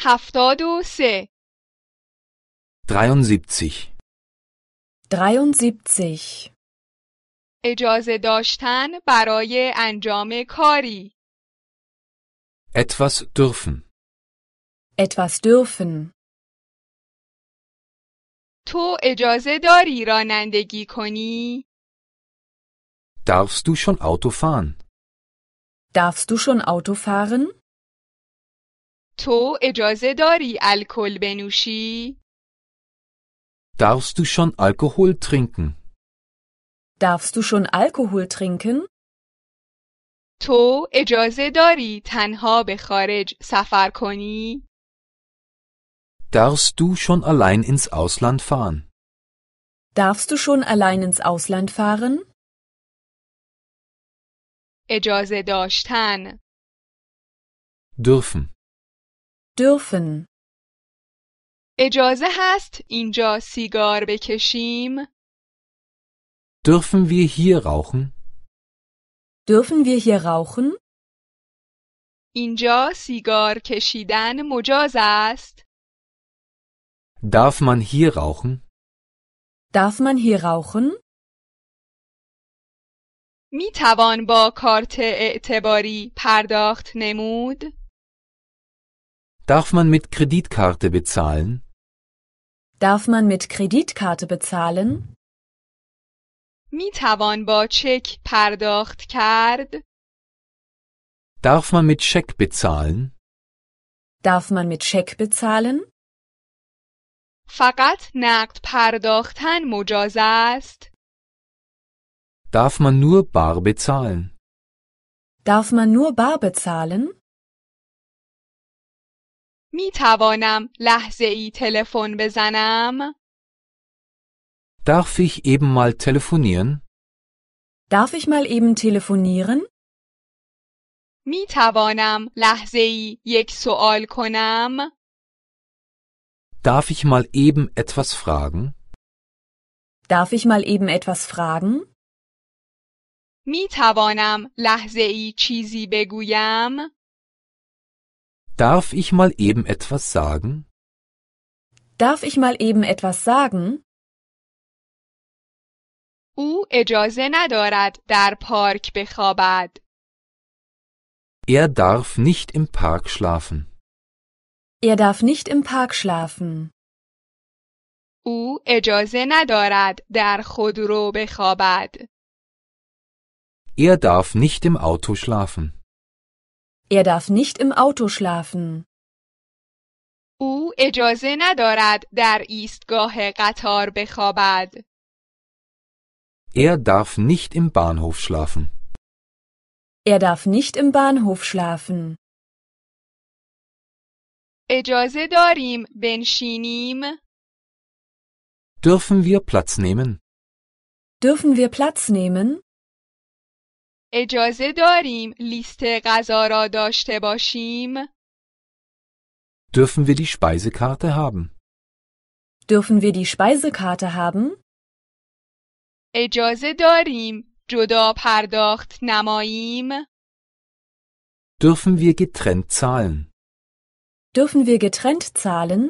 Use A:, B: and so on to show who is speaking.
A: هفتاد و سه
B: 73.
C: 73.
A: اجازه داشتن برای انجام کاری
B: Etwas dürfen.
C: Etwas dürfen.
A: تو اجازه داری رانندگی کنی؟
B: Darfst du schon Auto fahren?
C: Darfst du schon Auto fahren?
A: تو اجازه داری الکل بنوشی؟
B: Darfst du schon Alkohol trinken?
C: Darfst du schon Alkohol trinken?
A: تو اجازه داری تنها به خارج سفر کنی؟
B: Darfst du schon allein ins Ausland fahren?
C: Darfst du schon allein ins Ausland fahren?
A: اجازه داشتن
B: Dürfen.
C: Dürfen.
A: اجازه هست اینجا سیگار بکشیم؟
B: Dürfen wir hier rauchen?
C: Dürfen wir hier rauchen?
A: اینجا سیگار کشیدن مجاز است؟
B: Darf man hier rauchen?
C: Darf man hier rauchen?
A: می توان با کارت اعتباری پرداخت نمود؟
B: Darf man mit Kreditkarte bezahlen?
C: Darf man mit Kreditkarte bezahlen?
A: می توان با چک پرداخت کرد؟
B: Darf man mit Scheck bezahlen?
C: Darf man mit Scheck bezahlen?
A: فقط نقد پرداختن مجاز است؟
B: Darf man nur bar bezahlen?
C: Darf man nur bar bezahlen?
A: می توانم لحظه ای تلفن بزنم؟
B: Darf ich eben mal telefonieren?
C: Darf ich mal eben telefonieren?
A: می توانم لحظه ای یک سوال کنم؟
B: Darf ich mal eben etwas fragen?
C: Darf ich mal eben etwas fragen?
A: می توانم لحظه ای چیزی بگویم؟
B: Darf ich mal eben etwas sagen?
C: Darf ich mal eben etwas sagen?
A: او اجازه ندارد در پارک بخوابد.
B: Er darf nicht im Park schlafen.
C: Er darf nicht im Park schlafen.
A: او اجازه ندارد در خودرو بخوابد.
B: Er darf nicht im Auto schlafen.
C: Er darf nicht im Auto schlafen.
A: او اجازه ندارد در ایستگاه قطار بخوابد.
B: Er darf nicht im Bahnhof schlafen.
C: Er darf nicht im Bahnhof schlafen.
A: اجازه داریم بنشینیم؟
B: Dürfen wir Platz nehmen?
C: Dürfen wir Platz nehmen?
A: اجازه داریم لیست غذا را داشته باشیم؟
B: Dürfen wir die Speisekarte haben?
C: Dürfen wir die Speisekarte haben?
A: اجازه داریم جدا پرداخت نماییم؟
B: Dürfen wir getrennt zahlen?
C: Dürfen wir getrennt zahlen?